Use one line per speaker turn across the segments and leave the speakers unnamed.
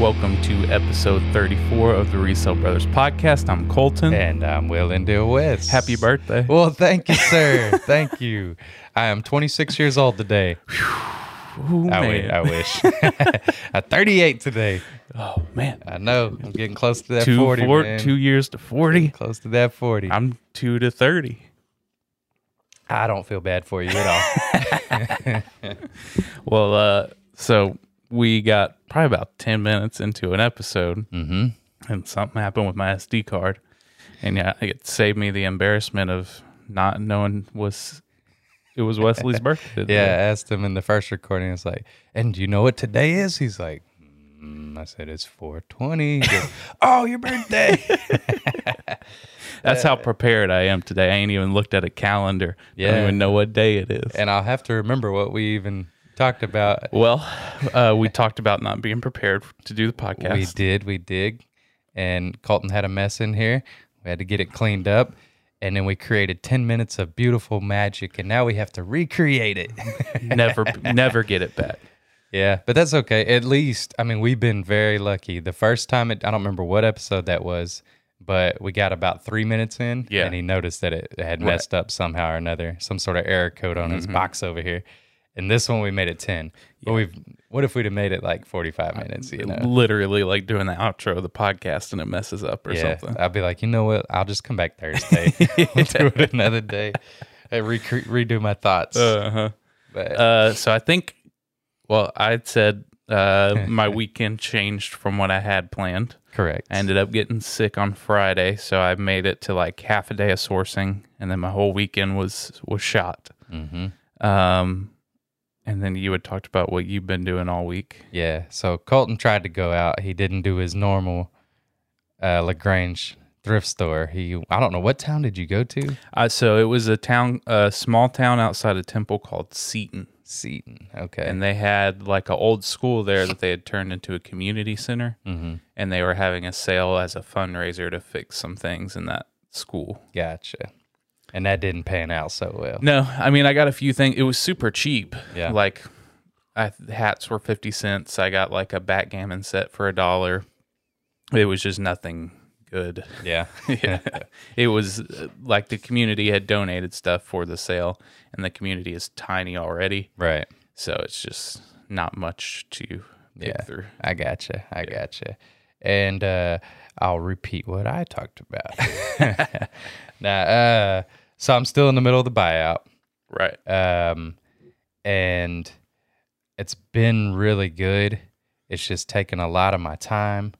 Welcome to episode 34 of the Resale Brothers podcast. I'm Colton.
And I'm Will Endale West.
Happy birthday.
Well, thank you, sir. thank you. I am 26 years old today.
Ooh,
I,
man.
w- I wish. I'm 38 today.
oh, man.
I know. I'm getting close to that
Two,
40.
four-
man.
two years to 40.
Close to that 40. I'm,
I'm two to 30.
I do not feel bad for you at all.
Well, uh, so we got probably about 10 minutes into an episode,
mm-hmm.
and something happened with my SD card. And yeah, it saved me the embarrassment of not knowing was it was Wesley's birthday. today.
Yeah, I asked him in the first recording. It's like, and do you know what today is? He's like, mm, I said, it's 420. He goes, oh, your birthday.
That's how prepared I am today. I ain't even looked at a calendar. Yeah. Don't
Yeah.
even know what day it is.
and I'll have to remember what we even talked about
Well, uh, we talked about not being prepared to do the podcast.
We did, we did. And Colton had a mess in here. We had to get it cleaned up. And then we created 10 minutes of beautiful magic. And now we have to recreate it.
never, never get it back.
yeah, but that's okay. At least, I mean, we've been very lucky. The first time, it, I don't remember what episode that was, but we got about three minutes in.
Yeah.
And he noticed that it had messed up somehow or another, some sort of error code on his box over here. And this one, we made it 10. But we've, what if we'd have made it like 45 minutes? You know?
Literally, like doing the outro of the podcast and it messes up or something.
I'll be like, you know what? I'll just come back Thursday. we'll do it another day. I recre redo my thoughts.
Uh huh.
but
Uh, so I think, well, I said uh, my weekend changed from what I had planned.
correct.
I ended up getting sick on Friday, so I made it to like half a day of sourcing, and then my whole weekend was was shot.
hmm
Um, and then you had talked about what you've been doing all week.
yeah. So Colton tried to go out. He didn't do his normal uh, Lagrange thrift store. He, I don't know what town did you go to?
Uh, so it was a town, a small town outside of Temple called Seton,
Seton. Okay.
and they had like an old school there that they had turned into a community center,
mm-hmm.
and they were having a sale as a fundraiser to fix some things in that school.
Gotcha. And that didn't pan out so well.
No, I mean I got a few things. It was super cheap.
Yeah.
like I, hats were fifty cents. I got like a backgammon set for a dollar. It was just nothing good.
Yeah.
yeah. It was uh, like the community had donated stuff for the sale, and the community is tiny already.
right.
So it's just not much to pick
Yeah.
through.
I gotcha. I gotcha. And uh, I'll repeat what I talked about. now, uh, so I'm still in the middle of the buyout,
Right.
um, and it's been really good. It's just taken a lot of my time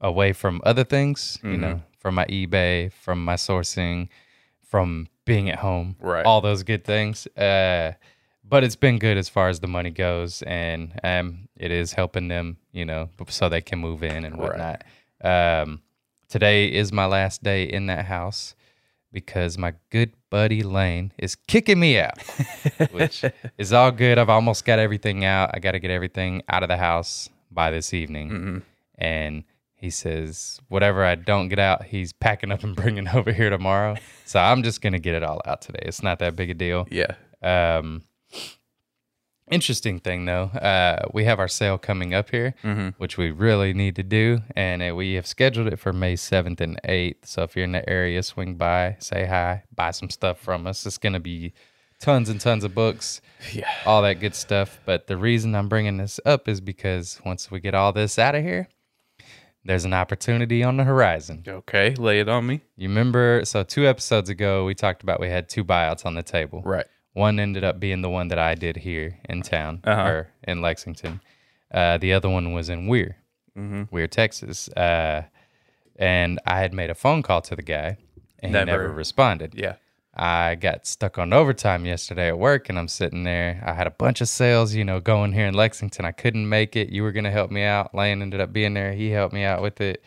away from other things, you know, from my eBay, from my sourcing, from being at home,
Right.
All those good things. Uh, but it's been good as far as the money goes, and um, it is helping them, you know, so they can move in and whatnot. Um, today is my last day in that house because my good buddy Lane is kicking me out, which is all good. I've almost got everything out. I got to get everything out of the house by this evening. And he says, whatever I don't get out, he's packing up and bringing over here tomorrow. So I'm just going to get it all out today. It's not that big a deal.
Yeah.
Um, interesting thing though, uh, we have our sale coming up here,
Mm-hmm.
which we really need to do, and uh, we have scheduled it for May seventh and eighth. So if you're in the area, swing by, say hi, buy some stuff from us. It's gonna be tons and tons of books,
Yeah.
all that good stuff. But the reason I'm bringing this up is because once we get all this out of here. There's an opportunity on the horizon.
Okay. Lay it on me.
You remember, so two episodes ago, we talked about we had two buyouts on the table.
Right.
One ended up being the one that I did here in town
Uh-huh.
or in Lexington. Uh, the other one was in Weir,
Mm-hmm.
Weir, Texas. Uh, and I had made a phone call to the guy and he
Never.
never responded.
Yeah.
I got stuck on overtime yesterday at work and I'm sitting there. I had a bunch of sales, you know, going here in Lexington. I couldn't make it. You were going to help me out. Lane ended up being there. He helped me out with it.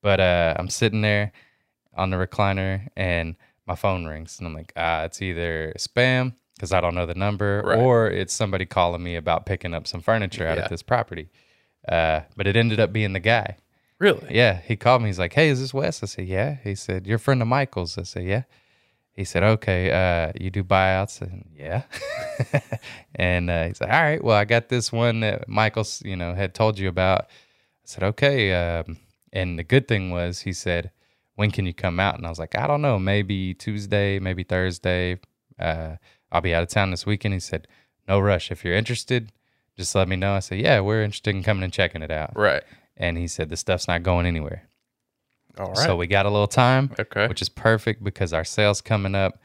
But uh, I'm sitting there on the recliner and my phone rings. And I'm like, ah, it's either spam because I don't know the number
Right.
or it's somebody calling me about picking up some furniture out
Yeah.
at this property. Uh, but it ended up being the guy.
Really?
Yeah, he called me. He's like, "Hey, is this Wes?" I said, "Yeah." He said, "You're a friend of Michael's." I said, "Yeah." He said, "Okay, uh, you do buyouts?" And yeah. and uh, he's like, "All right, well, I got this one that Michael's, you know, had told you about. said, okay. Um, and the good thing was, he said, when can you come out? And I was like, I don't know, maybe Tuesday, maybe Thursday. Uh, I'll be out of town this weekend. He said, no rush. If you're interested, just let me know. I said, yeah, we're interested in coming and checking it out.
Right.
And he said, the stuff's not going anywhere.
All right.
So we got a little time,
okay.
which is perfect because our sale's coming up.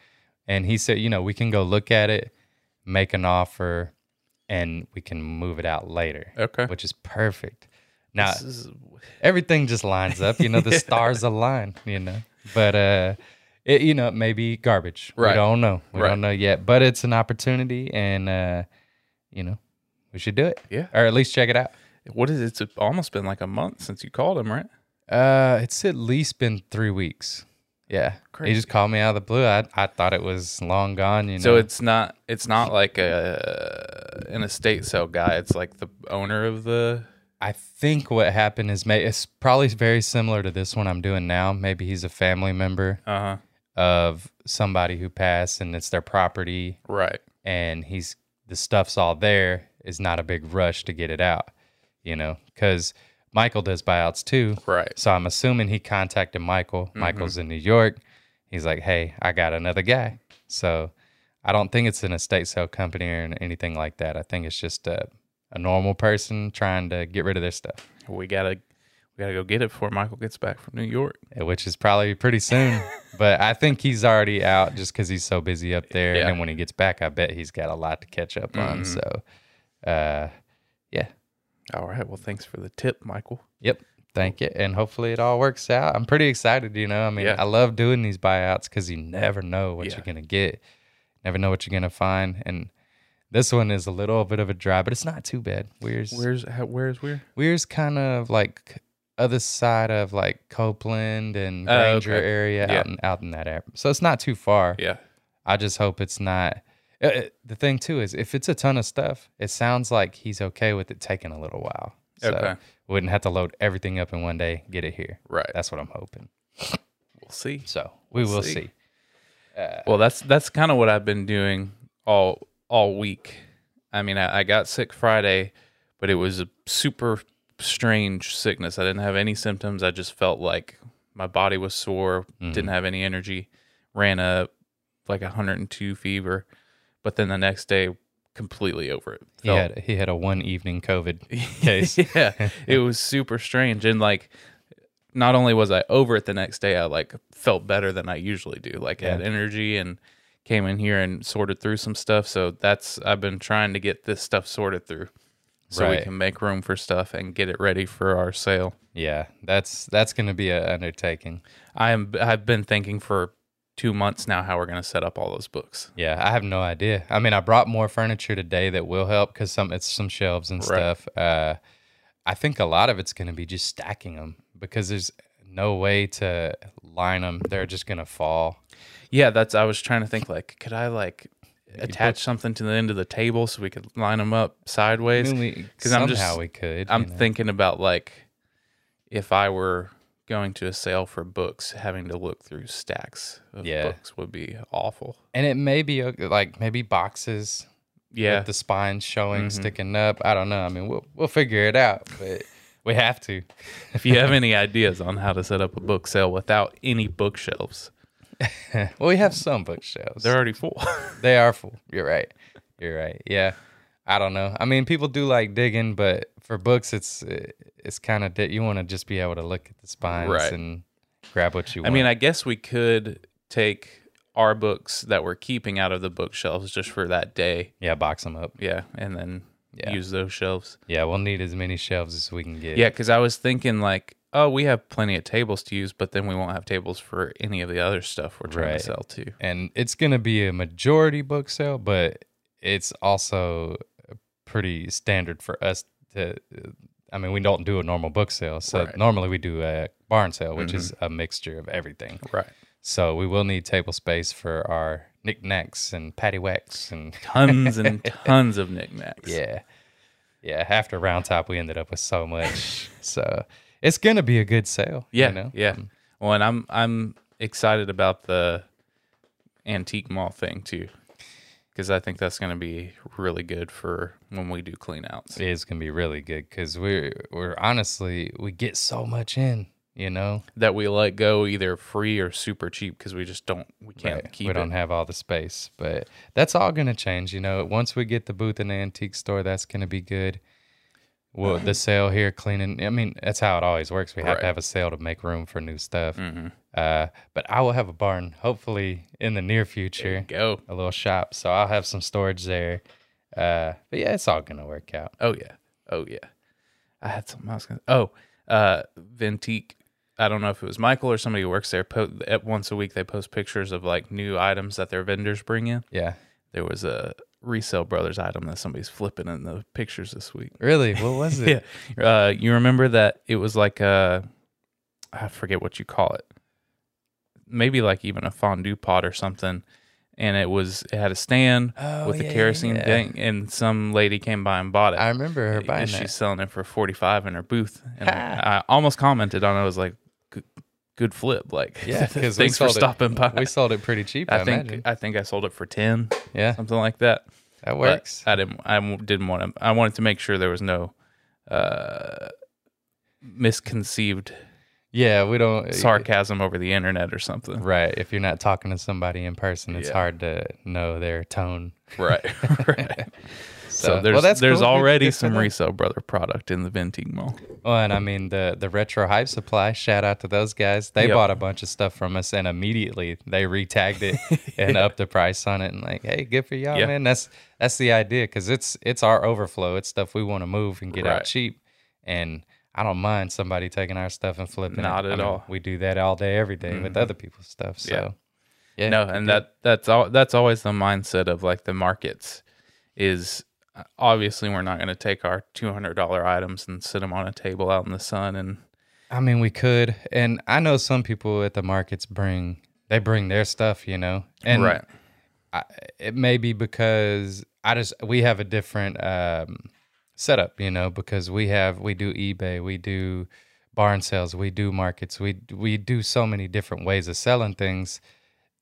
And he said, you know, we can go look at it, make an offer, and we can move it out later,
okay.
which is perfect. Now,
This is-
everything just lines up you know the stars align you know but uh it, you know it may be garbage
Right.
we don't know we
Right.
don't know yet but it's an opportunity and uh you know we should do it
Yeah.
or at least check it out
what is it? It's almost been like a month since you called him, right?
uh it's at least been three weeks yeah he
Crazy.
just called me out of the blue i, I thought it was long gone you know
So it's not it's not like a an estate sale guy. It's like the owner of the
I think what happened is may it's probably very similar to this one I'm doing now. Maybe he's a family member
uh huh
of somebody who passed and it's their property
right
and he's the stuff's all there is not a big rush to get it out, you know, because Michael does buyouts too.
right
So I'm assuming he contacted Michael. Michael's in New York. He's like, hey, I got another guy. So I don't think it's an estate sale company or anything like that. I think it's just a, a normal person trying to get rid of their stuff,
we gotta we gotta go get it before Michael gets back from New York.
which is probably pretty soon. but I think he's already out just because he's so busy up there.
Yeah.
And then when he gets back, I bet he's got a lot to catch up on. So, uh, yeah.
All right. Well, thanks for the tip, Michael.
Yep. Thank you. And hopefully it all works out. I'm pretty excited, you know. I mean,
Yeah.
I love doing these buyouts because you never know what
Yeah.
you're going to get, never know what you're going to find. And this one is a little bit of a drive, but it's not too bad. Weir's,
Where's how, where's where?
Weir's kind of like other side of like Copeland and
Oh,
Granger
okay.
area
Yeah.
out, in, out in that area. So it's not too far.
Yeah.
I just hope it's not. uh, uh, the thing too is, if it's a ton of stuff, it sounds like he's okay with it taking a little while. So
Okay.
wouldn't have to load everything up in one day, get it here.
Right.
That's what I'm hoping.
We'll see.
So we will
See.
see.
Well, that's that's kind of what I've been doing all all week. I mean, I, I got sick Friday, but it was a super strange sickness. I didn't have any symptoms. I just felt like my body was sore, didn't have any energy, ran a like 102 fever, but then the next day completely over it.
He
Felt-
had he had a one evening COVID case.
yeah, it was super strange. And like, not only was I over it the next day, I like felt better than I usually do. Like, had energy and came in here and sorted through some stuff. So that's I've been trying to get this stuff sorted through, so we
Right.
can make room for stuff and get it ready for our sale.
Yeah, that's that's going to be an undertaking.
I am I've been thinking for two months now how we're gonna set up all those books.
Yeah, I have no idea. I mean, I brought more furniture today that will help because some it's some shelves and
Right.
stuff. Uh, I think a lot of it's going to be just stacking them because there's no way to line them. They're just going to fall.
Yeah, that's I was trying to think like, could I like attach something to the end of the table so we could line them up sideways?
Because
'Cause I'm
somehow
just-
we could.
I'm
you know.
thinking about like if I were going to a sale for books, having to look through stacks of
Yeah.
books would be awful.
and it may be uh, like maybe boxes
Yeah. Mm-hmm.
with the spine showing, sticking up. I don't know. I mean, we'll we'll figure it out, but we have to.
if you have any ideas on how to set up a book sale without any bookshelves,
well, we have some bookshelves.
they're already full.
They are full. You're right. You're right. Yeah. I don't know. I mean, people do like digging, but for books, it's it's kind of you want to just be able to look at the spines
Right.
and grab what you
I
want.
mean, I guess we could take our books that we're keeping out of the bookshelves just for that day.
yeah, box them up.
Yeah. And then
Yeah.
use those shelves.
Yeah, we'll need as many shelves as we can get.
Yeah. Cause I was thinking like, oh, we have plenty of tables to use, but then we won't have tables for any of the other stuff we're trying
Right.
to sell too.
and it's gonna be a majority book sale, but it's also pretty standard for us to. I mean, we don't do a normal book sale, so
Right. Mm-hmm.
normally we do a barn sale, which is a mixture of everything.
Right.
So we will need table space for our knickknacks and paddywhacks and
tons and tons of knickknacks.
yeah, yeah. After Round Top, we ended up with so much, so it's gonna be a good sale.
yeah,
you know? Mm.
yeah. Well, and I'm I'm excited about the antique mall thing too, because I think that's going to be really good for when we do cleanouts.
It's gonna be really good because we're we're honestly we get so much in, you know.
That we let go either free or super cheap because we just don't we can't
Right.
keep
we
it.
don't have all the space, but that's all gonna change, you know. Once we get the booth in the antique store, that's gonna be good. Well, the sale here, cleaning. I mean, that's how it always works. We have
Mm-hmm. Right.
to have a sale to make room for new stuff.
Mhm.
Uh, but I will have a barn, hopefully in the near future,
Go.
a little shop. So I'll have some storage there. Uh, but yeah, it's all gonna work out.
Oh yeah. Oh yeah. I had something I was gonna. Oh, uh, Ventique. I don't know if it was Michael or somebody who works there. Po- at once a week, they post pictures of like new items that their vendors bring in.
Yeah,
There was a resale brothers item that somebody's flipping in the pictures this week.
really. What was it?
Yeah. Uh, you remember that it was like a, I forget what you call it. Maybe like even a fondue pot or something. And it was it had a stand
Oh,
with
yeah,
a
yeah,
kerosene
yeah.
thing, and some lady came by and bought it.
I remember her buying
And she's
that.
selling it for 45 in her booth and i almost commented on it I was like good, good flip like
Yeah, 'cause we
thanks for
sold it-
stopping by
We sold it pretty cheap. I,
i think
imagine.
i think i sold it for 10
Yeah,
something like that
that
But
works.
i didn't i w- didn't want to i wanted to make sure there was no uh misconceived
yeah, we don't.
sarcasm over the internet or something
Right. If you're not talking to somebody in person, it's
Yeah.
hard to know their tone.
right right so,
well,
there's
that's
there's
cool. Good-
already
good for
some
them.
resale brother product in the venting mall
Well, and I mean the the retro hype supply. Shout out to those guys. They
Yep.
bought a bunch of stuff from us, and immediately they retagged it and upped the price on it. And like, hey, good for y'all,
Yeah.
man. That's that's the idea because it's it's our overflow. It's stuff we want to move and get out
Right.
cheap. And I don't mind somebody taking our stuff and flipping. it.
Not
I
at all. Mm-hmm.
We do that all day, every day with other people's stuff. So.
Yeah.
Yeah,
no and that that's all that's always the mindset of like the markets is uh, obviously we're not going to take our $200 items and sit them on a table out in the sun and
I mean, we could, and I know some people at the markets bring they bring their stuff, you know, and
right
I, it may be because I just we have a different um, setup, you know, because we have we do eBay, we do barn sales, we do markets, we we do so many different ways of selling things,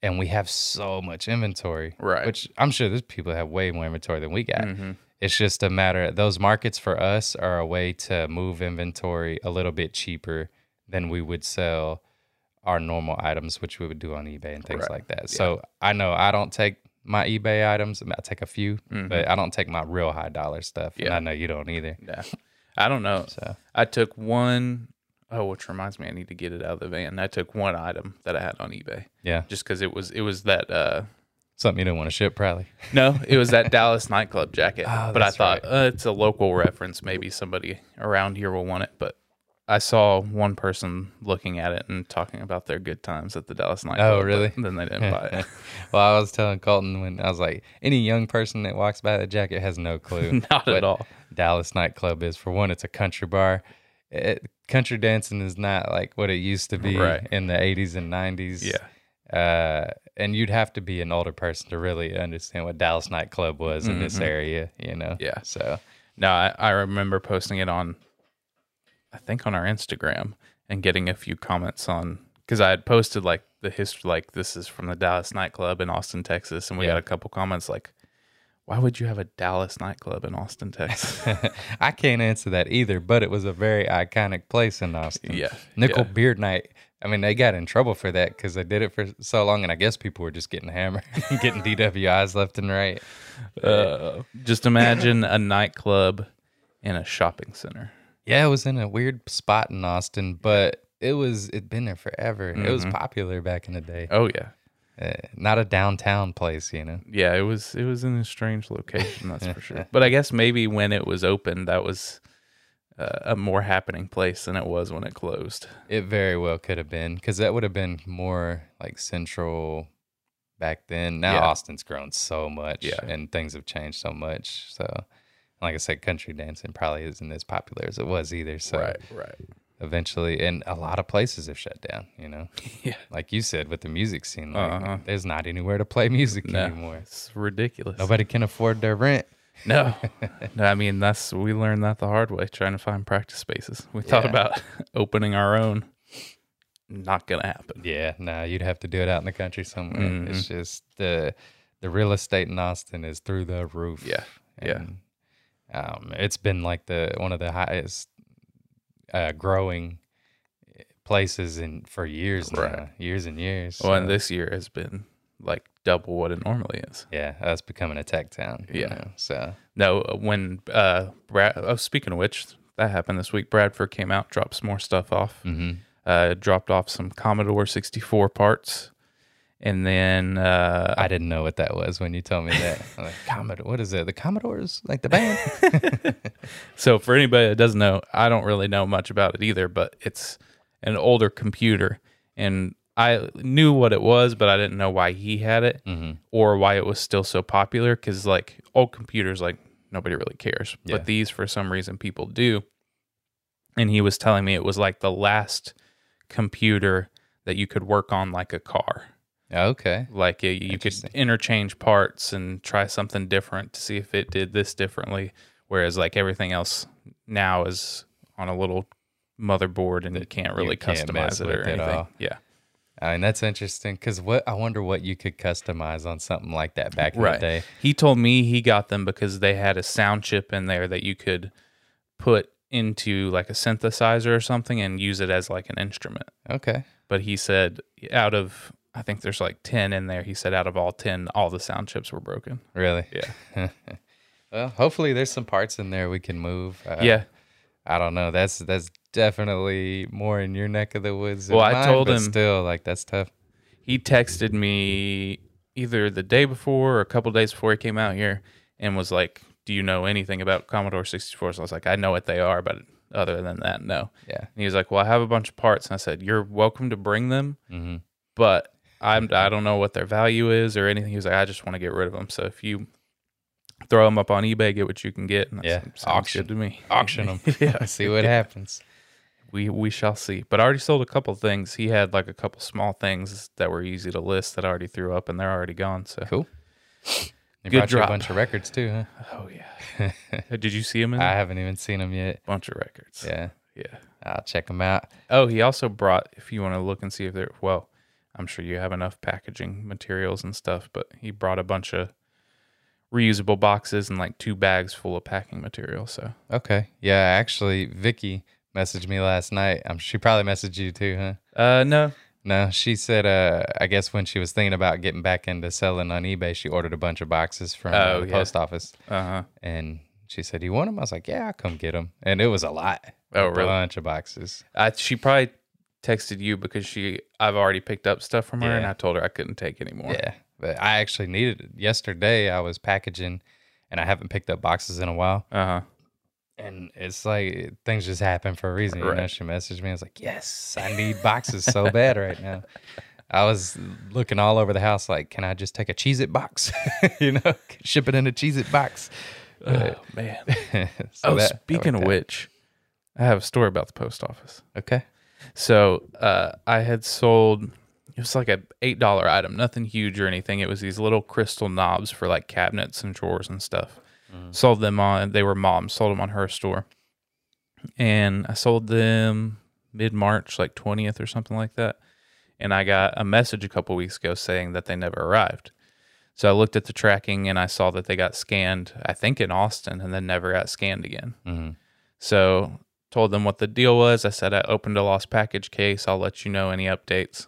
and we have so much inventory,
Right.
Which I'm sure there's people that have way more inventory than we got.
Mhm.
It's just a matter those markets for us are a way to move inventory a little bit cheaper than we would sell our normal items, which we would do on eBay and things
Right.
like that. So I know I don't take my eBay items. I, mean, I take a few, but I don't take my real high dollar stuff. And
Yeah.
I know you don't either.
yeah i don't know
So
i took one oh which reminds me i need to get it out of the van i took one item that i had on ebay
yeah,
just because it was it was that uh
something you don't want to ship probably.
no it was that dallas nightclub jacket
Oh,
but i
that's
thought uh, it's a local reference maybe somebody around here will want it but I saw one person looking at it and talking about their good times at the Dallas nightclub. but
Oh, really?
Then they didn't buy it.
well, I was telling Colton when I was like, any young person that walks by that jacket has no clue.
Not
what
at all.
Dallas nightclub is. For one, it's a country bar. It, country dancing is not like what it used to be
Right.
in the 80s and 90s.
Yeah.
Uh, and you'd have to be an older person to really understand what Dallas nightclub was in this area, you know?
Mm-hmm. Yeah.
So,
No, I, I remember posting it on, I think on our Instagram and getting a few comments on because I had posted like the history, like this is from the Dallas nightclub in Austin, Texas, and we
Yeah.
got a couple comments like, "Why would you have a Dallas nightclub in Austin, Texas?"
I can't answer that either, but it was a very iconic place in Austin.
Yeah,
Nickel
yeah.
Beard Night. I mean, they got in trouble for that because they did it for so long, and I guess people were just getting hammered, getting DWIs left and right.
uh, just imagine a nightclub in a shopping center.
Yeah, it was in a weird spot in Austin, but it was it'd been there forever. It
Mm-hmm.
was popular back in the day.
Oh yeah,
Uh, not a downtown place, you know.
yeah. It was it was in a strange location, that's for sure. But I guess maybe when it was open, that was. Uh, a more happening place than it was when it closed.
It very well could have been because that would have been more like central back then. Now
Yeah.
Austin's grown so much,
Yeah.
and things have changed so much. So, like I said, country dancing probably isn't as popular as it was either. So,
right.
eventually, and a lot of places have shut down. You know,
Yeah.
like you said with the music scene, like,
Uh-huh.
there's not anywhere to play music
No.
anymore.
It's ridiculous.
Nobody can afford their rent.
No. no, I mean that's we learned that the hard way trying to find practice spaces. We thought
Yeah.
about opening our own. Not gonna happen.
Yeah, no, you'd have to do it out in the country somewhere. It's just the the real estate in Austin is through the roof.
Yeah, yeah.
And, Um, it's been like the one of the highest uh, growing eh, places in for years
Right.
now, years and years.
Well, and
so-
this year has been like double what it normally is.
yeah, us becoming a tech town. you
Yeah.
know, so
No, when uh, Brad, oh, speaking of which, that happened this week. Bradford came out, dropped some more stuff off,
mhm.
uh, dropped off some Commodore 64 parts, and then uh,
I didn't know what that was when you told me that. I'm like, Commodore, what is it? The Commodores, like the band.
So for anybody that doesn't know, I don't really know much about it either, but it's an older computer and I knew what it was, but I didn't know why he had it or why it was still so popular cuz like old computers like nobody really cares,
Yeah.
but these for some reason people do. And he was telling me it was like the last computer that you could work on like a car.
okay,
Like you, you could
Interesting.
interchange parts and try something different to see if it did this differently. Whereas like everything else now is on a little motherboard and you can't really
can't mess
customize it or
with it
anything.
all.
Yeah.
I mean Uh, that's interesting because what I wonder what you could customize on something like that back in the day.
Right. He told me he got them because they had a sound chip in there that you could put into like a synthesizer or something and use it as like an instrument.
Okay,
But he said out of I think there's like 10 in there. He said out of all 10 all the sound chips were broken.
really?
Yeah.
Well, hopefully there's some parts in there we can move. Uh,
yeah.
I don't know. That's that's definitely more in your neck of the woods. than
Well, I
mine,
told
but
him-
still like that's tough.
he texted me either the day before or a couple days before he came out here and was like, "Do you know anything about Commodore 64s?" I was like, "I know what they are, but other than that, no."
Yeah.
And he was like, "Well, I have a bunch of parts." And I said, "You're welcome to bring them,
Mm-hmm.
but I'm I don't know what their value is or anything." He was like, "I just want to get rid of them. So if you throw them up on eBay, get what you can get." And I
Yeah.
said, Sounds
Auction.
good to me.
Auction them.
yeah,
See what happens.
we we shall see. But I already sold a couple things. He had like a couple small things that were easy to list that I already threw up, and they're already gone. So
Cool. You
Good
brought you a
drop.
bunch of records too, huh?
oh yeah. Did you see him in
I
a
haven't even seen them yet.
bunch of records?
Yeah,
yeah.
I'll check them out.
Oh, he also brought. If you want to look and see if they're well, I'm sure you have enough packaging materials and stuff. But he brought a bunch of reusable boxes and like two bags full of packing material. So
Okay. Yeah, actually, Vicky messaged me last night. Um, she probably messaged you too, huh?
uh, no,
No, she said. Uh, I guess when she was thinking about getting back into selling on eBay, she ordered a bunch of boxes from uh,
Oh,
the
yeah.
post office,
uh huh.
and she said, "You want them?" I was like, "Yeah, I'll come get them." And it was a lot.
Oh,
a
really?
Bunch of boxes.
I, she probably texted you because she I've already picked up stuff from her, and
Yeah.
I told her I couldn't take anymore.
Yeah, but I actually needed it yesterday. I was packaging, and I haven't picked up boxes in a while.
Uh huh.
and it's like things just happen for a reason. You know,
Right.
she messaged me. I was like, "Yes, I need boxes so bad right now." I was looking all over the house, like, "Can I just take a Cheez-It box? you know, ship it in a Cheez-It box."
Oh man.
So
oh,
that- that
speaking of
worked
which, I have a story about the post office.
out. okay,
So uh, I had sold it was like a eight dollar item, nothing huge or anything. It was these little crystal knobs for like cabinets and drawers and stuff. Sold them on. They were mom's. Sold them on her store, and I sold them mid March, like twentieth or something like that. And I got a message a couple weeks ago saying that they never arrived. So I looked at the tracking and I saw that they got scanned, I think in Austin, and then never got scanned again.
Mhm.
So told them what the deal was. I said I opened a lost package case. I'll let you know any updates.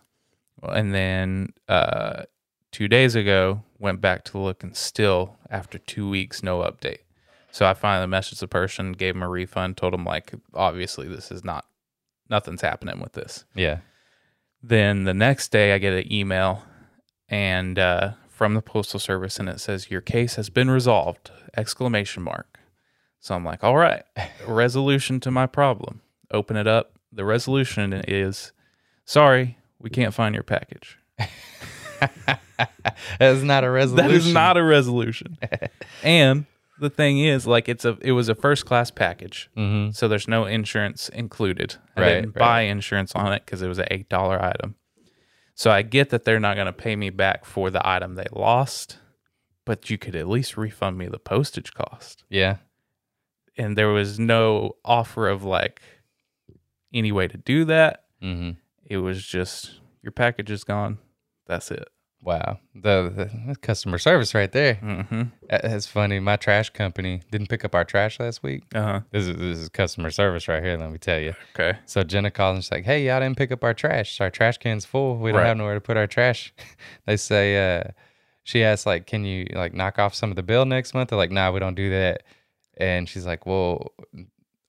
Well, And then uh, two days ago, went back to look and still after two weeks, no update. So I finally messaged the person, gave him a refund, told him like obviously this is not nothing's happening with this.
yeah,
Then the next day, I get an email and uh, from the postal service, and it says your case has been resolved! Exclamation mark. So I'm like, all right, resolution to my problem. Open it up. The resolution is, sorry, we can't find your package.
that's not a resolution.
That is not a resolution. and the thing is, like, it's a it was a first class package,
Mhm.
so there's no insurance included. I
Right,
didn't
right.
buy insurance on it because it was an eight dollar item. So I get that they're not going to pay me back for the item they lost, but you could at least refund me the postage cost.
Yeah,
And there was no offer of like any way to do that.
hmm
It was just your package is gone. That's it.
Wow, the, the that's customer service right there.
Mm-hmm.
That- That's funny. My trash company didn't pick up our trash last week.
Uh huh.
This is this is customer service right here. Let me tell you.
Okay.
So Jenna calls and she's like, "Hey, y'all didn't pick up our trash. Our trash can's full. We don't
Right.
have nowhere to put our trash." they say, uh, "She asks like, can you like knock off some of the bill next month?" They're like, "Nah, we don't do that." And she's like, "Well,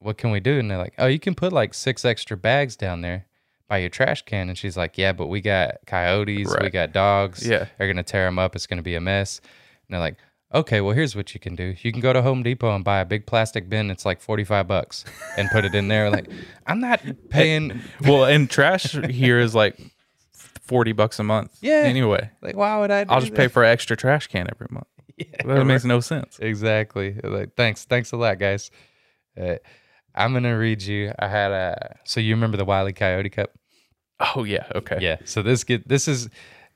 what can we do?" And they're like, "Oh, you can put like six extra bags down there by your trash can." And she's like, "Yeah, but we got coyotes. We
Right.
got dogs.
Yeah.
they're gonna tear them up. It's gonna be a mess." And they're like. Okay, well, here's what you can do. You can go to Home Depot and buy a big plastic bin. It's like 45 bucks and put it in there. Like, I'm not paying.
Well, and trash here is like forty bucks a month.
Yeah.
Anyway,
Like, why would I? Do
I'll just
that?
pay for an extra trash can every month. that makes no sense.
Exactly. Like, thanks. Thanks a lot, guys. Uh, I'm going to read you. I had a. So, you remember the Wiley Coyote Cup?
Oh yeah. Okay.
Yeah. So, this get this is.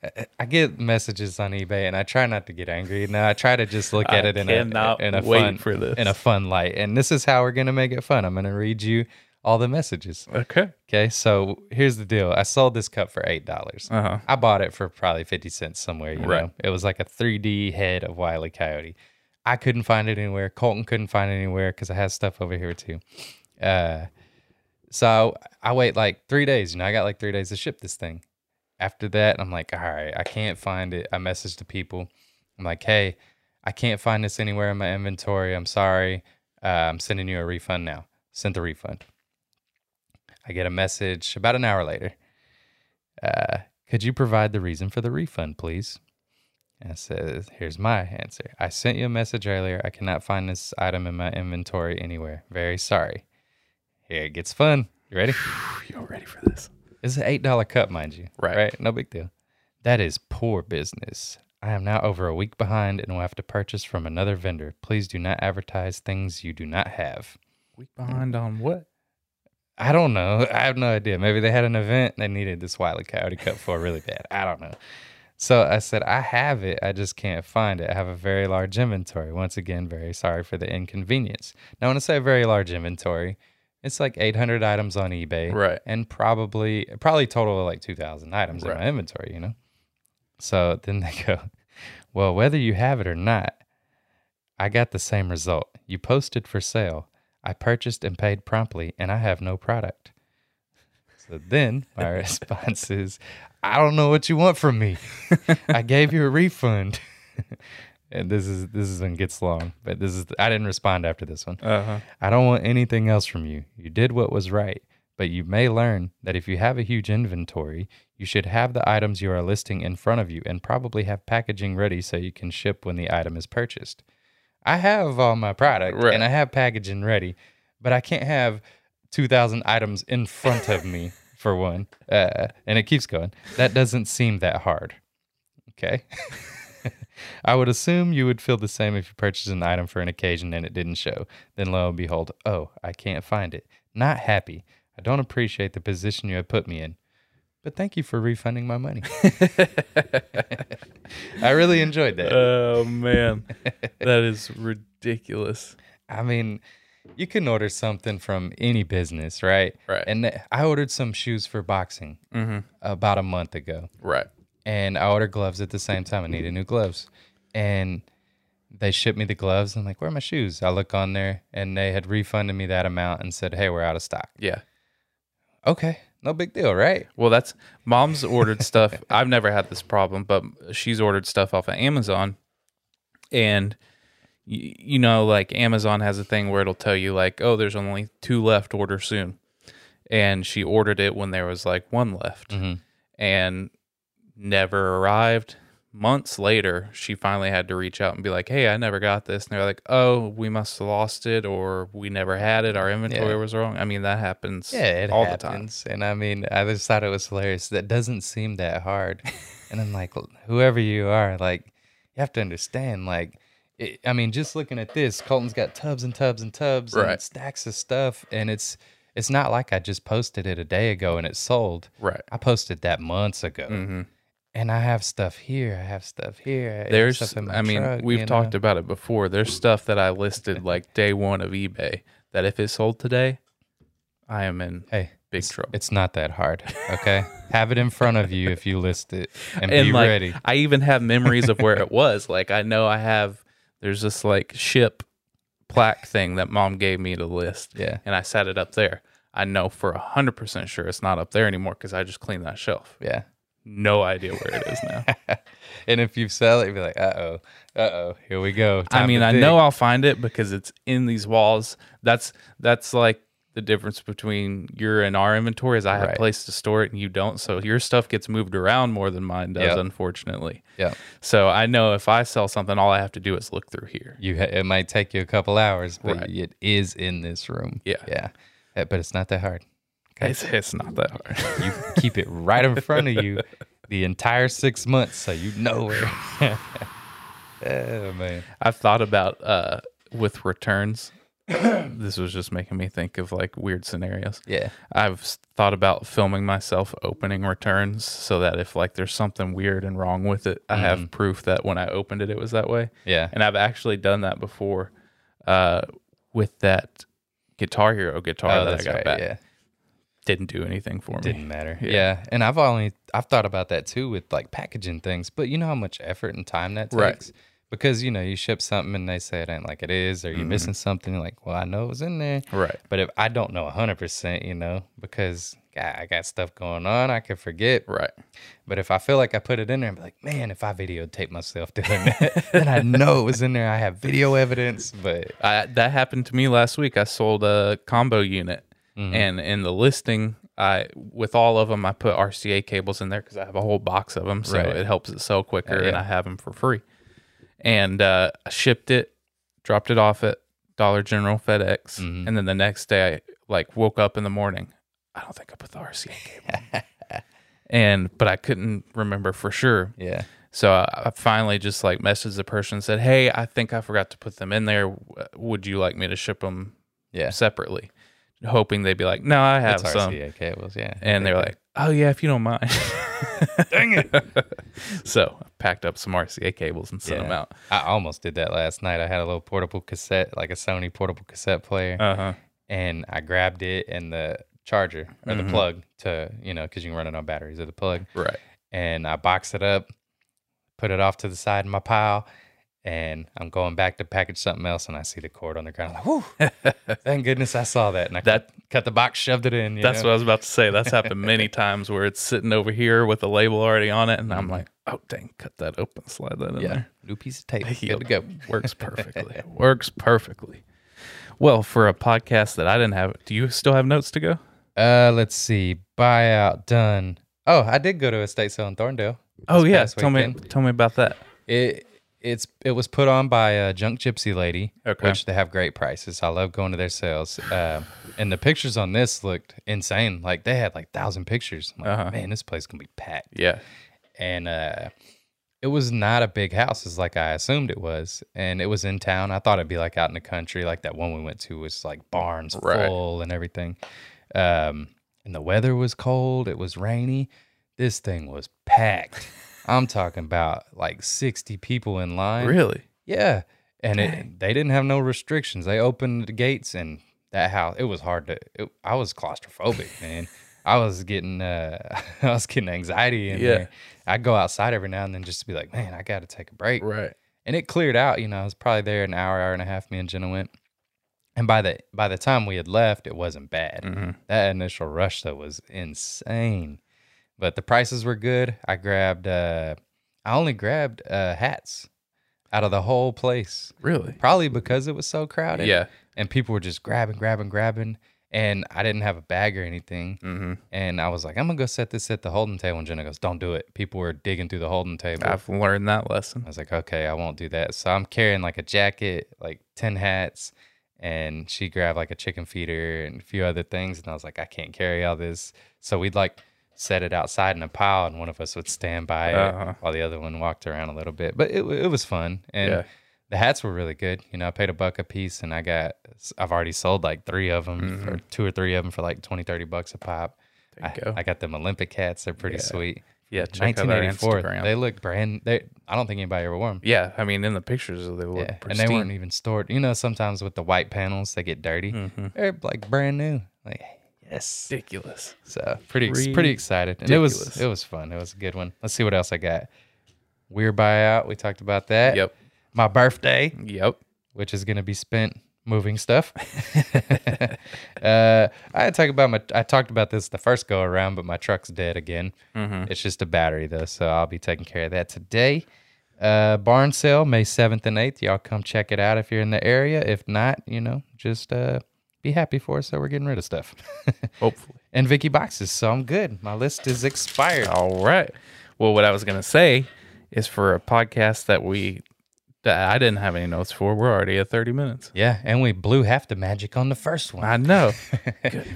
I- I get messages on eBay, and I try not to get angry. Now I try to just look at
I
it in a
cannot
in a
wait
fun
for this.
in a fun light. And this is how we're gonna make it fun. I'm gonna read you all the messages.
Okay.
Okay, so here's the deal. I sold this cup for eight dollars.
Uh huh.
I bought it for probably 50 cents somewhere. You
Right.
know, it was like a 3D head of Wiley Coyote. I couldn't find it anywhere. Colton couldn't find it anywhere because I had stuff over here too. Uh, so I wait like three days. You know, I got like three days to ship this thing. After that, I'm like, all right, I can't find it. I message the people. I'm like, hey, I can't find this anywhere in my inventory. I'm sorry. Uh, I'm sending you a refund now. Sent the refund. I get a message about an hour later. Uh, could you provide the reason for the refund, please? And I said, here's my answer. I sent you a message earlier. I cannot find this item in my inventory anywhere. Very sorry. Here it gets fun. You ready?
You all ready for this?
It's an eight dollar cup, mind you.
Right.
Right. No big deal. That is poor business. I am now over a week behind and will have to purchase from another vendor. Please do not advertise things you do not have.
Week behind on what?
I don't know. I have no idea. Maybe they had an event they needed this Wiley Coyote Cup for really bad. I don't know. So I said, I have it. I just can't find it. I have a very large inventory. Once again, very sorry for the inconvenience. Now, when I say very large inventory, it's like 800 items on eBay,
Right.
And probably, probably total of like 2,000 items in
Right.
my inventory, you know. So then they go, well, whether you have it or not, I got the same result. You posted for sale. I purchased and paid promptly, and I have no product. So then my response is, I don't know what you want from me. I gave you a refund. and this is this is when it gets long, but this is I didn't respond after this one.
Uh huh.
I don't want anything else from you. You did what was right, but you may learn that if you have a huge inventory, you should have the items you are listing in front of you and probably have packaging ready so you can ship when the item is purchased. I have all my product
Right.
and I have packaging ready, but I can't have 2,000 items in front of me for one. Uh, and it keeps going. That doesn't seem that hard. Okay. I would assume you would feel the same if you purchased an item for an occasion and it didn't show. Then lo and behold, oh, I can't find it. Not happy. I don't appreciate the position you have put me in. But thank you for refunding my money. I really enjoyed that.
Oh man, that is ridiculous.
I mean, you can order something from any business, right?
Right.
And th- I ordered some shoes for boxing about a month ago.
Right.
and I ordered gloves at the same time. I needed new gloves, and they shipped me the gloves. I'm like, where are my shoes? I look on there, and they had refunded me that amount and said, hey, we're out of stock.
Yeah.
Okay, no big deal, right?
Well, that's mom's ordered stuff. I've never had this problem, but she's ordered stuff off of Amazon. And, y- you know, like Amazon has a thing where it'll tell you, like, oh, there's only two left, order soon. And she ordered it when there was like one left
Mhm.
and never arrived. Months later, she finally had to reach out and be like, hey, I never got this. And they're like, oh, we must have lost it or we never had it. Our inventory
Yeah.
was wrong. I mean, that happens
Yeah, it
all
happens. And I mean, I just thought it was hilarious. That doesn't seem that hard. and I'm like, "Well, whoever you are, like, you have to understand, like, it, I mean, just looking at this, Colton's got tubs and tubs and tubs
Right.
and stacks of stuff, and it's it's not like I just posted it a day ago and it sold.
the time. Right.
I posted that months ago,
hmm
and I have stuff here. I have stuff here. I have
There's,
stuff in my
I mean,
truck, you
we've talked
know?
about it before. There's stuff that I listed like day one of eBay that if it's sold today, I am in
Hey,
big trouble.
It's not that hard. Okay. have it in front of you if you list it and, be
like,
ready.
I even have memories of where it was. Like I know I have. There's this like ship plaque thing that mom gave me to list.
Yeah.
and I sat it up there. I know for hundred percent sure it's not up there anymore because I just cleaned that shelf.
Yeah.
No idea where it is now.
and if you sell it, you'd be like, uh oh, uh oh, here we go.
I
Time
mean,
to
I
dig.
know I'll find it because it's in these walls. That's that's like the difference between your and our inventory is I have
Right.
a place to store it and you don't. So your stuff gets moved around more than mine does,
Yep.
unfortunately.
Yeah.
So I know if I sell something, all I have to do is look through here.
You ha- it might take you a couple hours, but
Right.
it is in this room.
Yeah.
Yeah. Uh, But it's not that hard.
It's, it's not that hard.
You keep it right in front of you the entire six months so you know it. oh, man.
I've thought about uh, with returns. this was just making me think of like weird scenarios.
Yeah.
I've s- thought about filming myself opening returns so that if like there's something weird and wrong with it, I have proof that when I opened it, it was that way.
Mm-hmm. Yeah.
And I've actually done that before uh, with that Guitar Hero guitar
Oh,
that I
that's
got
right.
back.
Yeah.
Didn't do anything for me.
Didn't matter. Yeah. And I've only, I've thought about that too with like packaging things, but you know how much effort and time that takes?
Right.
Because, you know, you ship something and they say it ain't like it is, or you're missing something. You're like, well, I know it was in there.
Mm-hmm. Right.
But if I don't know 100%, you know, because God, I got stuff going on, I could forget.
Right.
But if I feel like I put it in there, I'm like, man, if I videotape myself doing that, then I know it was in there. I have video evidence. But
I, that happened to me last week. I sold a combo unit,
Mm-hmm.
and in the listing, I with all of them, I put RCA cables in there because I have a whole box of them, so
Right.
it helps it sell quicker, and
yeah.
I have them for free. And uh, I shipped it, dropped it off at Dollar General, FedEx,
Mm-hmm.
and then the next day, I like woke up in the morning. I don't think I put the RCA cable, in." and but I couldn't remember for sure.
yeah,
So I, I finally just like messaged the person and said, "Hey, I think I forgot to put them in there. W- Would you like me to ship them
yeah.
separately?" Hoping they'd be like, "No, I have
It's
some."
RCA cables. Yeah.
And they're like, "Oh yeah, if you don't mind."
dang it.
so I packed up some RCA cables and sent them
Yeah.
out.
I almost did that last night. I had a little portable cassette, like a Sony portable cassette player,
Uh huh.
and I grabbed it and the charger or the plug to, you know, because you can run it on batteries or the plug.
Right.
and I box it up, put it off to the side of my pile, and I'm going back to package something else, and I see the cord on the ground. I'm like, whoo! thank goodness I saw that. And I
That-
cut, cut the box, shoved it in. you
That's
know?
what I was about to say. That's happened many times where it's sitting over here with a label already on it, and I'm like, "Oh dang, cut that open, slide that in
Mm-hmm. yeah,
there."
new piece of tape.
Yep.
Good to go.
Works perfectly. Works perfectly. Well, for a podcast that I didn't have, do you still have notes to go?
Uh, let's see, buyout done. Oh, I did go to a state sale in Thorndale.
Oh yeah,
past
tell me,
weekend.
tell me about that.
It it's it was put on by a junk gypsy lady,
Okay.
which they have great prices. I love going to their sales. Um, and the pictures on this looked insane. Like they had like thousand pictures. I'm like, man, this place gonna be packed.
Yeah,
And uh, it was not a big house, is like I assumed it was. And it was in town. I thought it'd be like out in the country, like that one we went to was like barns
Right.
full and everything. Um, and the weather was cold. It was rainy. This thing was packed. I'm talking about like 60 people in line.
really.
Yeah. And it, they didn't have no restrictions. They opened the gates and that house, it was hard to, it, I was claustrophobic, man. I was getting, uh, I was getting anxiety. And
Yeah.
I'd go outside every now and then just to be like, man, I got to take a break.
Right.
And it cleared out, you know, I was probably there an hour, hour and a half, me and Jenna went. And by the, by the time we had left, it wasn't bad. That initial rush though was insane, but the prices were good. I grabbed, uh, I only grabbed uh, hats out of the whole place
Really.
probably because it was so crowded.
Yeah.
And people were just grabbing, grabbing, grabbing. And I didn't have a bag or anything. Mm-hmm. And I was like, I'm going to go set this at the holding table. And Jenna goes, Don't do it. People were digging through the holding table.
I've learned that lesson.
I was like, Okay, I won't do that. So I'm carrying like a jacket, like 10 hats. And she grabbed like a chicken feeder and a few other things. And I was like, I can't carry all this. So we'd like set it outside in a pile. And one of us would stand by it
Uh-huh.
while the other one walked around a little bit. But it, wa- it was fun. And
Yeah.
the hats were really good. You know, I paid a buck a piece and I got, I've already sold like three of them or two or three of them for like 20, 30 bucks a pop.
Mm-hmm. There you
I,
go.
I got them Olympic hats. They're pretty sweet.
Yeah. Check out our
1984.
Instagram.
They look brand, they, I don't think anybody ever wore them.
yeah. I mean, in the pictures, they look
Yeah, and
pristine.
they weren't
Mm-hmm.
even stored. You know, sometimes with the white panels, they get dirty. They're like brand new. Like, Yes.
Ridiculous.
So pretty ex- pretty excited, and it
Ridiculous.
was it was fun. It was a good one. Let's see what else I got. Weird buyout. We talked about that.
Yep.
My birthday,
Yep.
which is gonna be spent moving stuff. uh, I talked about my I talked about this the first go around, but my truck's dead again. It's just a battery though, so I'll be taking care of that today. Uh, barn sale May seventh and eighth. Y'all come check it out if you're in the area. If not, you know, just uh, be happy for us that we're getting rid of stuff.
Hopefully.
and Vicky boxes. So I'm good. My list is expired.
All right. Well, what I was gonna say is for a podcast that we that I didn't have any notes for, we're already at thirty minutes.
Yeah, and we blew half the magic on the first one.
I know.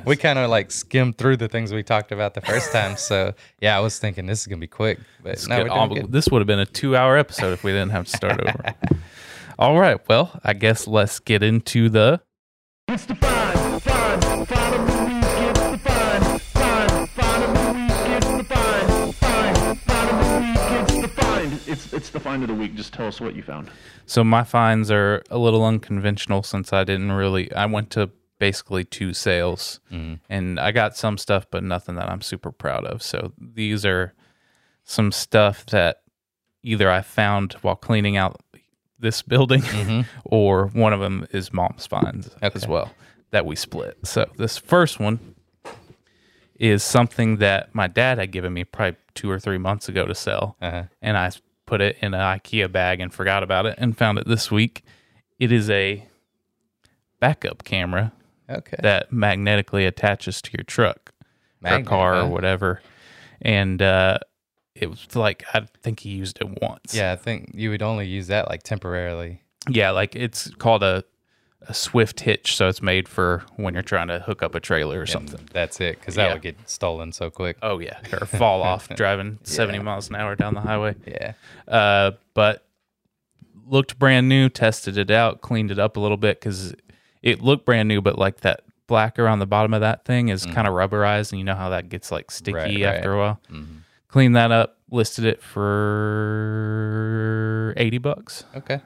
we kind of like skimmed through the things we talked about the first time. So yeah, I was thinking this is gonna be quick, but no,
Good.
we're doing good.
this would have been a two-hour episode if we didn't have to start over. All right. Well, I guess let's get into the.
It's the fine, fine, fine of the week. It's the fine, fine, fine of the week. It's the fine, fine, fine of the week. It's the find. It's it's the find of the week. Just tell us what you found.
So my finds are a little unconventional since I didn't really. I went to basically two sales, and I got some stuff, but nothing that I'm super proud of. So these are some stuff that either I found while cleaning out this building, or one of them is mom's finds as well that we split. So this first one is something that my dad had given me probably two or three months ago to sell,
Uh-huh.
and I put it in an IKEA bag and forgot about it, and found it this week. It is a backup camera
Okay.
that magnetically attaches to your truck
Magnet,
or car
huh?
or whatever. And uh, it was like, I think he used it once.
yeah, I think you would only use that like temporarily.
Yeah. Like it's called a, a swift hitch. So it's made for when you're trying to hook up a trailer or something.
That's it, because that
Yeah.
would get stolen so quick.
Oh, yeah. Or fall off driving 70 miles an hour down the highway.
Yeah.
uh, but looked brand new. Tested it out, cleaned it up a little bit because it looked brand new, but like that black around the bottom of that thing is kind of rubberized, and you know how that gets like sticky
Right,
after a while. Cleaned that up, listed it for eighty bucks.
Okay.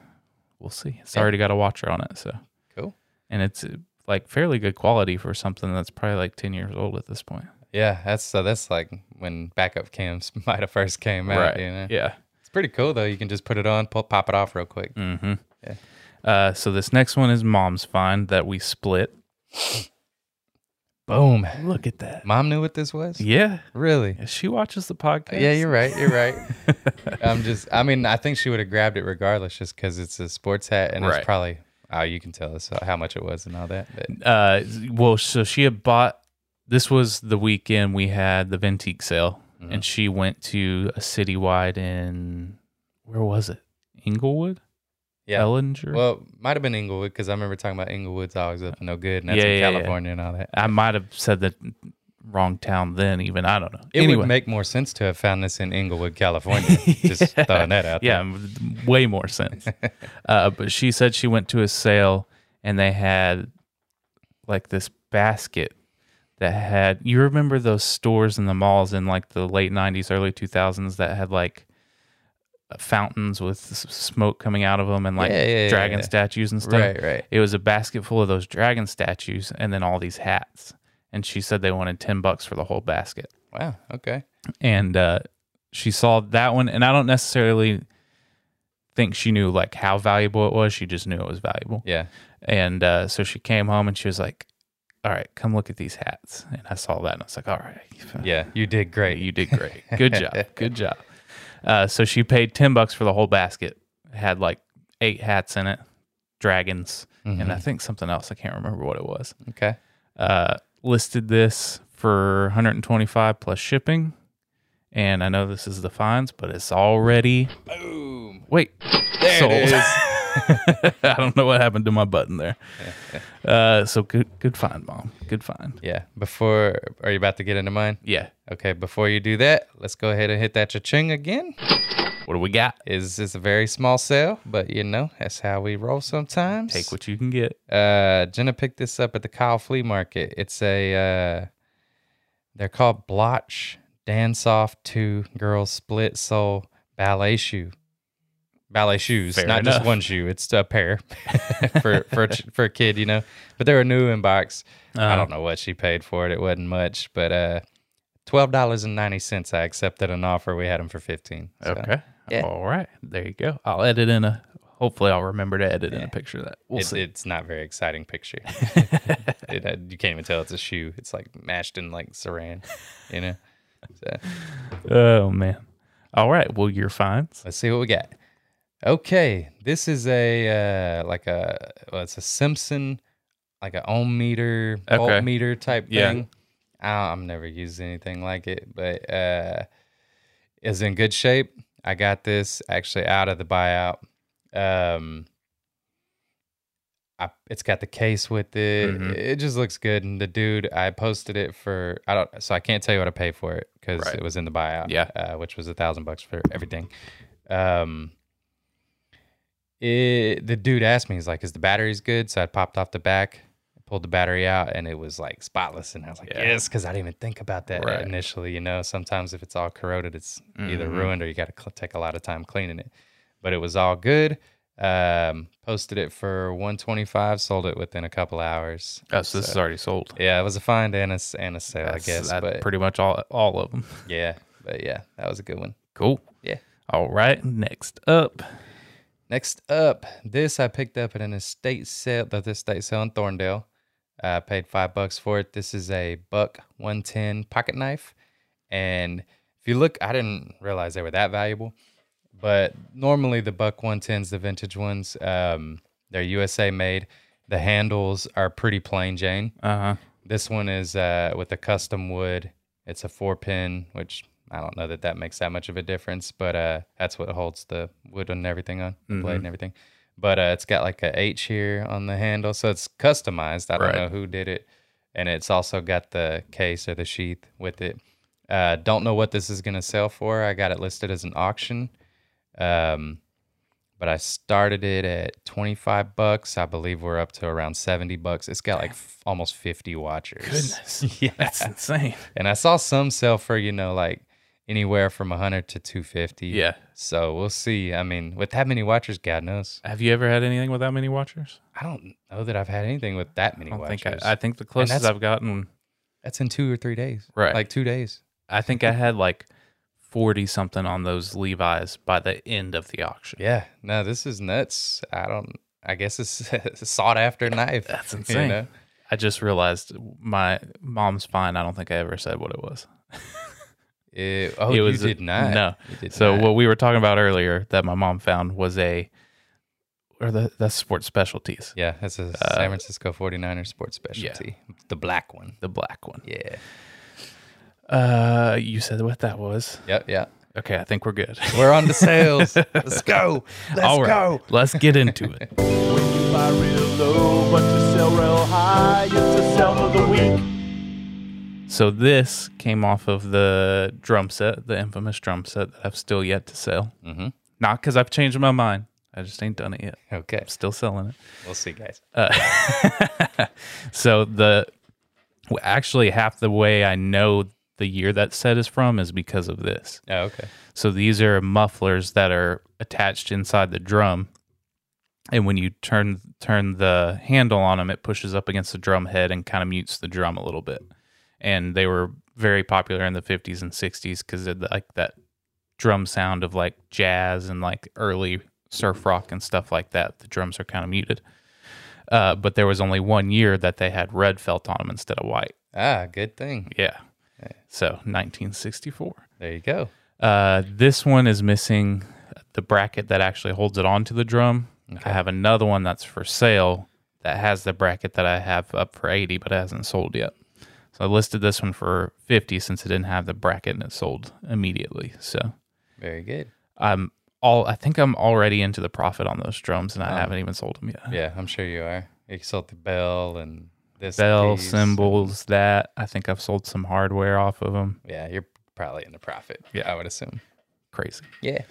We'll see. It's already got a watcher on it, so
Cool.
and it's uh, like fairly good quality for something that's probably like ten years old at this point.
Yeah, that's so. That's like when backup cams might have first came out. You know?
Yeah.
It's pretty cool though. You can just put it on, pull, pop it off real quick.
Mm. Uh, so this next one is mom's find that we split.
Boom.
Look at that.
Mom knew what this was.
Yeah.
Really?
She watches the podcast.
Yeah, you're right. You're right. I'm just, I mean, I think she would have grabbed it regardless just because it's a sports hat and
Right.
it's probably, oh, you can tell us how much it was and all that. But
Uh, well, so she had bought. This was the weekend we had the Ventique sale,
Mm-hmm.
and she went to a citywide in where was it? Inglewood,
yeah.
Ellinger.
Well, might have been Inglewood because I remember talking about Inglewood's always up and no good and that's
Yeah,
in
yeah, yeah.
California and all that.
I might have said the wrong town then. Even I don't know.
It
anyway,
would make more sense to have found this in Inglewood, California. Just throwing that out
yeah,
there.
m- way more sense. uh, but she said she went to a sale and they had like this basket that had. You remember those stores in the malls in like the late '90s, early 2000s that had like fountains with s- smoke coming out of them and like
Yeah, yeah, yeah,
dragon
yeah.
statues and stuff.
Right, right.
It was a basket full of those dragon statues and then all these hats. And she said they wanted ten bucks for the whole basket
Wow. Okay.
and uh, she saw that one. And I don't necessarily think she knew like how valuable it was. She just knew it was valuable.
Yeah.
And uh, so she came home and she was like, "All right, come look at these hats." And I saw that and I was like, "All right,
Yeah. You did great.
you did great. Good job. Good job." Uh, so she paid ten bucks for the whole basket. It had like eight hats in it, dragons, and
Mm-hmm.
I think something else. I can't remember what it was.
okay.
Uh, listed this for 125 plus shipping. And I know this is the fines, but it's already
Boom.
wait
There
sold.
it is.
I don't know what happened to my button there. Uh, so good, good find, mom. Good find.
Yeah. Before, are you about to get into mine?
Yeah.
Okay, before you do that, let's go ahead and hit that cha-ching again.
What do we got?
Is this a very small sale, but you know, that's how we roll sometimes.
Take what you can get.
uh Jenna picked this up at the Kyle Flea Market. It's a uh they're called Blotch Dansoff 2 Girls Split Soul Ballet Shoe. ballet shoes,
Fair
not just
enough.
one shoe. It's a pair for for a ch- for a kid, you know. But they were new in box. I
Oh.
don't know what she paid for it. It wasn't much, but uh, twelve dollars and ninety cents. I accepted an offer. We had them for fifteen. So,
Okay.
Yeah.
All right. There you go. I'll edit in a. Hopefully, I'll remember to edit in a picture of that. We'll
it-
see.
it's not a very exciting picture. It- uh, you can't even tell it's a shoe. It's like mashed in like saran, you know. So,
Oh man. All right. Well, your fines.
Let's see what we got. Okay, this is a uh, like a well, it's a Simpson like a ohm meter,
Okay.
voltmeter meter type
Yeah.
thing. I I've never used anything like it, but uh, is in good shape. I got this actually out of the buyout. Um, I, it's got the case with it.
Mhm.
It just looks good. And the dude, I posted it for I don't, so I can't tell you what I paid for it because
Right.
it was in the buyout.
Yeah.
uh, which was a thousand bucks for everything. Um, it, the dude asked me, he's like, "Is the batteries good?" So I popped off the back, pulled the battery out, and it was like spotless. And I was like,
Yeah.
"Yes," because I didn't even think about that
Right.
initially. You know, sometimes if it's all corroded, it's either
Mhm.
ruined or you got to cl- take a lot of time cleaning it. But it was all good. Um, posted it for 125, sold it within a couple hours.
Oh, so this is already sold.
Yeah, it was a find and a, s- and a sale, I
That's-
guess.
that's
But
pretty much all all of them.
yeah, but yeah, that was a good one.
Cool.
Yeah.
All right. Next up.
Next up, this I picked up at an estate sale, the estate sale in Thorndale. I paid five bucks for it. This is a Buck 110 pocket knife. And if you look, I didn't realize they were that valuable, but normally the Buck 110s, the vintage ones, um, they're USA made. The handles are pretty plain Jane.
Uh huh.
This one is uh, with a custom wood. It's a four pin, which I don't know that that makes that much of a difference, but uh, that's what holds the wood and everything on, the blade and everything. But uh, it's got like a H here on the handle, so it's customized. I don't
Right.
know who did it, and it's also got the case or the sheath with it. Uh, don't know what this is gonna sell for. I got it listed as an auction. Um, but I started it at 25 bucks. I believe we're up to around 70 bucks. It's got like f- almost 50 watchers.
Goodness. yeah. That's insane.
And I saw some sell for, you know, like anywhere from 100 to 250.
Yeah.
So we'll see. I mean, with that many watchers, God knows.
Have you ever had anything with that many watchers?
I don't know that I've had anything with that many
I don't
watchers.
think I, I think the closest
that's-
I've gotten.
That's in two or three days.
Right.
Like two days.
I think I had like forty something on those Levi's by the end of the auction.
Yeah. No, this is nuts. I don't, I guess it's a sought after knife.
That's
you
insane.
know?
I just realized my mom's fine. I don't think I ever said what it was.
It- oh,
It
you
was-
did not.
no.
You did
So
not.
what we were talking about earlier that my mom found was a or the that's sports specialties,
Yeah, that's a
Uh,
San Francisco 49ers sports specialty. The black one.
the black one.
Yeah.
Uh you said what that was.
Yep, yeah.
Okay, I think we're good.
We're on to sales. Let's go. Let's
All right,
go.
Let's get into it.
Buy real low, but you sell real high. It's a sell of the week.
so this came off of the drum set, the infamous drum set that I've still yet to sell.
Mm-hmm.
Not because I've changed my mind. I just ain't done it yet.
Okay.
I'm still selling it.
We'll see, guys.
Uh, So the well, actually half the way I know the year that set is from is because of this.
Oh, okay.
So these are mufflers that are attached inside the drum, and when you turn turn the handle on them, it pushes up against the drum head and kind of mutes the drum a little bit. And they were very popular in the fifties and sixties because like that drum sound of like jazz and like early surf rock and stuff like that. The drums are kind of muted. Uh, but there was only one year that they had red felt on them instead of white.
Ah, good thing.
Yeah. So 1964.
There you go.
Uh, this one is missing the bracket that actually holds it onto the drum. I have another one that's for sale that has the bracket that I have up for 80, but it hasn't sold yet. So I listed this one for 50 since it didn't have the bracket and it sold immediately. So
Very good.
I'm all, I think I'm already into the profit on those drums and I haven't even sold them yet.
Yeah, I'm sure you are. You sold the bell and this
Bell
piece.
symbols, that I think I've sold some hardware off of them.
Yeah, you're probably in the profit. Yeah, I would assume.
Crazy.
Yeah.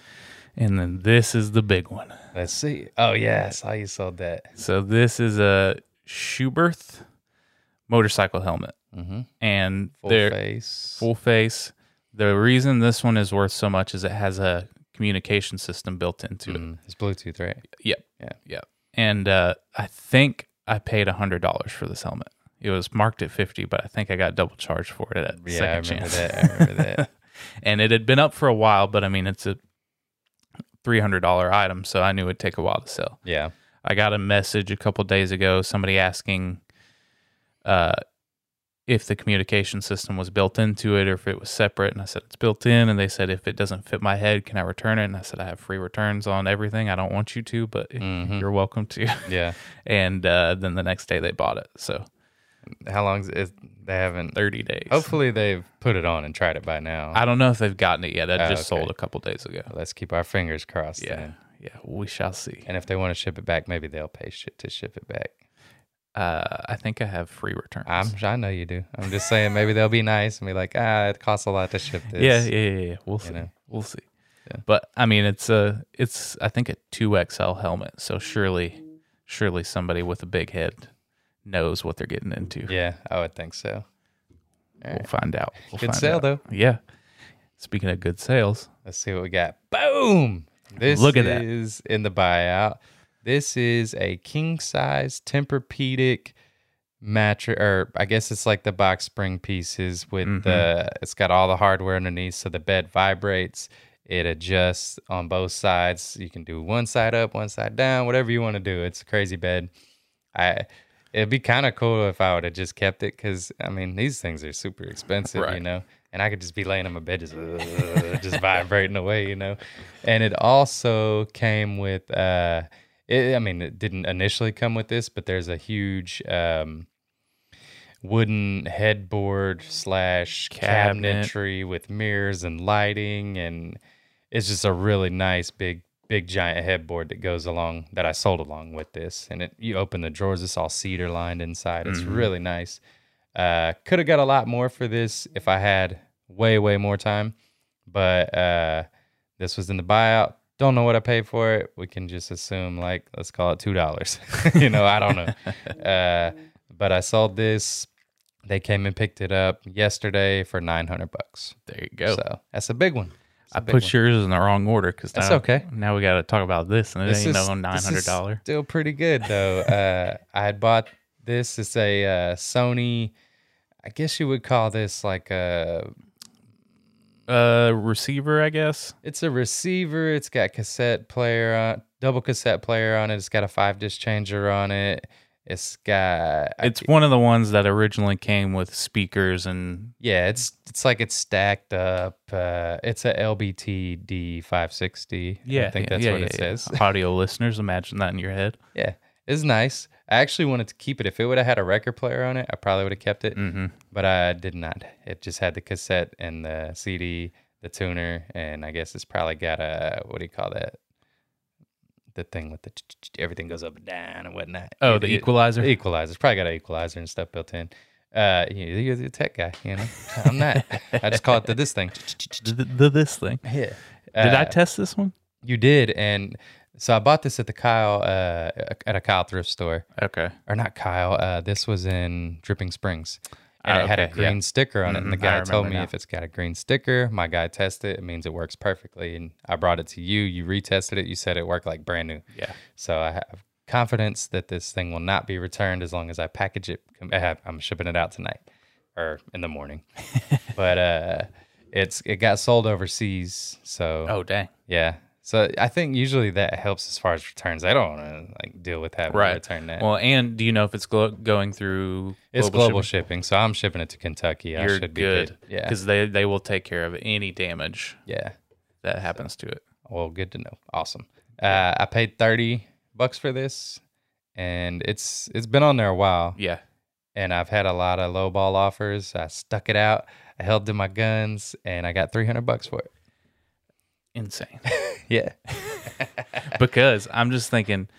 And then this is the big one.
Let's see. Oh yeah, I saw you sold that.
So this is a Schuberth motorcycle helmet,
Mm-hmm.
and
Full
they're
face.
full face. The reason this one is worth so much is it has a communication system built into it.
Mm, It's Bluetooth, right?
Yep.
Yeah.
Yep. And uh, I think I paid hundred dollars for this helmet. It was marked at fifty, but I think I got double charged for it at
Yeah,
second
I remember
chance.
that. I remember that.
and it had been up for a while, but I mean it's a three hundred dollar item, so I knew it'd take a while to sell.
Yeah.
I got a message a couple days ago, somebody asking uh, if the communication system was built into it or if it was separate. And I said, it's built in. And they said, if it doesn't fit my head, can I return it? And I said, I have free returns on everything. I don't want you to, but
Mhm.
you're welcome to.
Yeah.
And uh, then the next day they bought it. So
How long's it? They haven't.
30 days.
Hopefully they've put it on and tried it by now.
I don't know if they've gotten it yet. That
Oh,
just
okay.
sold a couple days ago.
Let's keep our fingers crossed.
Yeah.
then.
Yeah. We shall see.
And if they want to ship it back, maybe they'll pay shit to ship it back.
Uh, I think I have free returns.
I'm. I know you do. I'm just saying. Maybe they'll be nice and be like, ah, it costs a lot to ship this.
yeah, yeah, yeah, yeah. We'll see.
know.
We'll see.
Yeah.
But I mean, it's a, it's I think a two XL helmet. So surely, surely somebody with a big head knows what they're getting into.
Yeah, I would think so.
we'll find out. We'll
Good
find
sale
out.
though.
Yeah. Speaking of good sales,
Let's see what we got. Boom! This
Look at that.
is in the buyout. This is a king size Tempur-Pedic mattress, or I guess it's like the box spring pieces with
Mm-hmm.
the. It's got all the hardware underneath, so the bed vibrates. It adjusts on both sides. You can do one side up, one side down, whatever you want to do. It's a crazy bed. I. It'd be kind of cool if I would have just kept it, because I mean these things are super expensive, you
Right.
know. And I could just be laying on my bed, just just vibrating away, you know. And it also came with, uh, it, I mean, it didn't initially come with this, but there's a huge um, wooden headboard slash
Cabinet.
cabinetry with mirrors and lighting, and it's just a really nice big. Big giant headboard that goes along that I sold along with this, and it you open the drawers, it's all cedar lined inside. It's really nice. Uh, could have got a lot more for this if I had way, way more time. But uh, this was in the buyout. Don't know what I paid for it. We can just assume, like, let's call it two dollars. you know, I don't know. Uh, but I sold this. They came and picked it up yesterday for nine hundred bucks.
there you go.
So that's a big one. It's a
I
big
put
one.
yours in the wrong order because
That's
now,
okay.
Now we got to talk about this, and it
This
ain't
is-
no nine
this is
hundred dollar.
Still pretty good though. uh, I had bought this. It's a uh, Sony. I guess you would call this like a
Uh, receiver, I guess.
It's a receiver. It's got cassette player on, double cassette player on it. It's got a five disc changer on it. It's got I-
It's one of the ones that originally came with speakers and
yeah. It's it's like it's stacked up. Uh, it's a LBTD five sixty. I think that's
yeah,
what
yeah,
it
yeah.
says.
Audio listeners, imagine that in your head.
Yeah, it's nice. I actually wanted to keep it. If it would have had a record player on it, I probably would have kept it.
Mm-hmm.
but I did not. It just had the cassette and the CD, the tuner, and I guess it's probably got a what do you call that? The thing with the ch- ch- ch- everything goes up and down and whatnot.
Oh,
You-
the
you-
equalizer.
The equalizer. It's probably got an equalizer and stuff built in. Uh, you- you're the tech guy, you know. I'm not. I just call it the this thing. Ch- ch- ch- ch-
Th- th- th- this thing.
Yeah.
Did I
Uh,
test this one?
you did, and so I bought this at the Kyle uh, at a Kyle thrift store
Okay.
or not Kyle. Uh, this was in Dripping Springs, and
Ah,
it had a
okay, yeah.
green sticker on it. And the
Mhm, I
guy told
remember
me
now.
if it's got a green sticker, my guy tested it. It means it works perfectly. And I brought it to you. You retested it. You said it worked like brand new.
Yeah.
So I have confidence that this thing will not be returned as long as I package it. I have, I'm shipping it out tonight or in the morning, but uh, it's it got sold overseas. So
Oh dang.
yeah. So I think usually that helps as far as returns. I don't want to like deal with having to
Right.
return that.
Well, and do you know if it's glo- going through?
It's global shipping. so I'm shipping it to Kentucky. I
You're
should be
good.
good. Yeah,
Because they they will take care of any damage
yeah.
that happens to it.
Well, good to know. Awesome. Uh, I paid thirty bucks for this, and it's it's been on there a while,
Yeah.
and I've had a lot of low ball offers. I stuck it out. I held to my guns, and I got three hundred bucks for it.
Insane.
Yeah,
because I'm just thinking,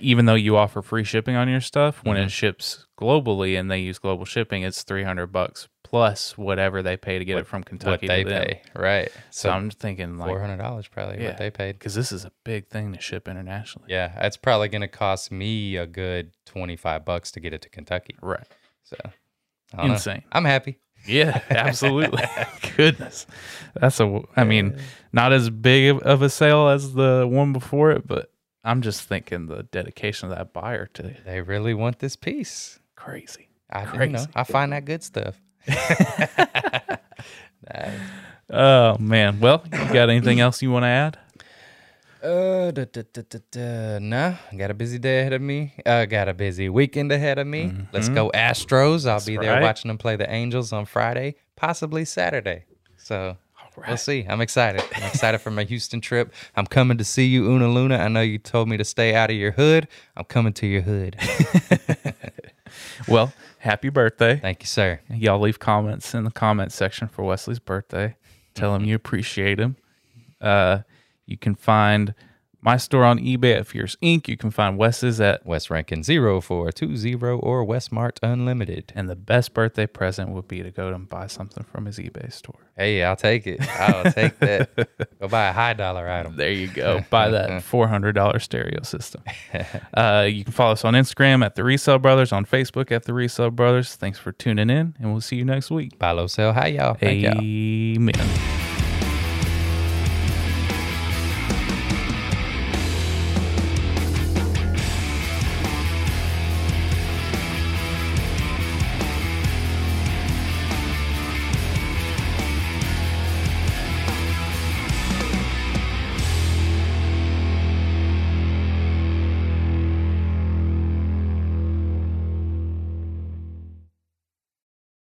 even though you offer free shipping on your stuff,
Mm-hmm.
when it ships globally and they use global shipping, it's 300 bucks plus whatever they pay to get it from
what
Kentucky
they
to them.
pay, right?
So
So
I'm thinking
four
like,
hundred dollars probably
Yeah.
what they paid.
because this is a big thing to ship internationally.
Yeah, it's probably gonna cost me a good twenty five bucks to get it to Kentucky.
Right.
So I don't know.
Insane.
I'm happy.
Yeah, absolutely. Goodness. That's a, I mean, Not as big of- of a sale as the one before it, but I'm just thinking the dedication of that buyer to
They really want this piece.
crazy.
I, you know,
Crazy.
I find that good stuff.
Oh man. Well, you got anything else you want to add?
Uh, da, da, da, da, da. Nah, got a busy day ahead of me. Uh, got a busy weekend ahead of me. Let's go Astros. I'll be there
right.
watching them play the Angels on Friday, possibly Saturday. So we'll see. I'm excited. I'm excited for my Houston trip. I'm coming to see you, Una Luna. I know you told me to stay out of your hood. I'm coming to your hood.
Well, happy birthday.
Thank you, sir.
y'all leave comments in the comment section for Wesley's birthday. Tell him you appreciate him. Uh, you can find my store on eBay at Fierce Inc. You can find Wes's at,
West Rankin 0420 or Westmart Unlimited.
and the best birthday present would be to go and buy something from his eBay store.
Hey, I'll take it. I'll take that. Go buy a high dollar item.
There you go. buy that four hundred dollar stereo system. Uh, you can follow us on Instagram at the Resale Brothers, on Facebook at the Resale Brothers. Thanks for tuning in, and we'll see you next week.
Buy low, sell high, y'all. Thank y'all.
Amen.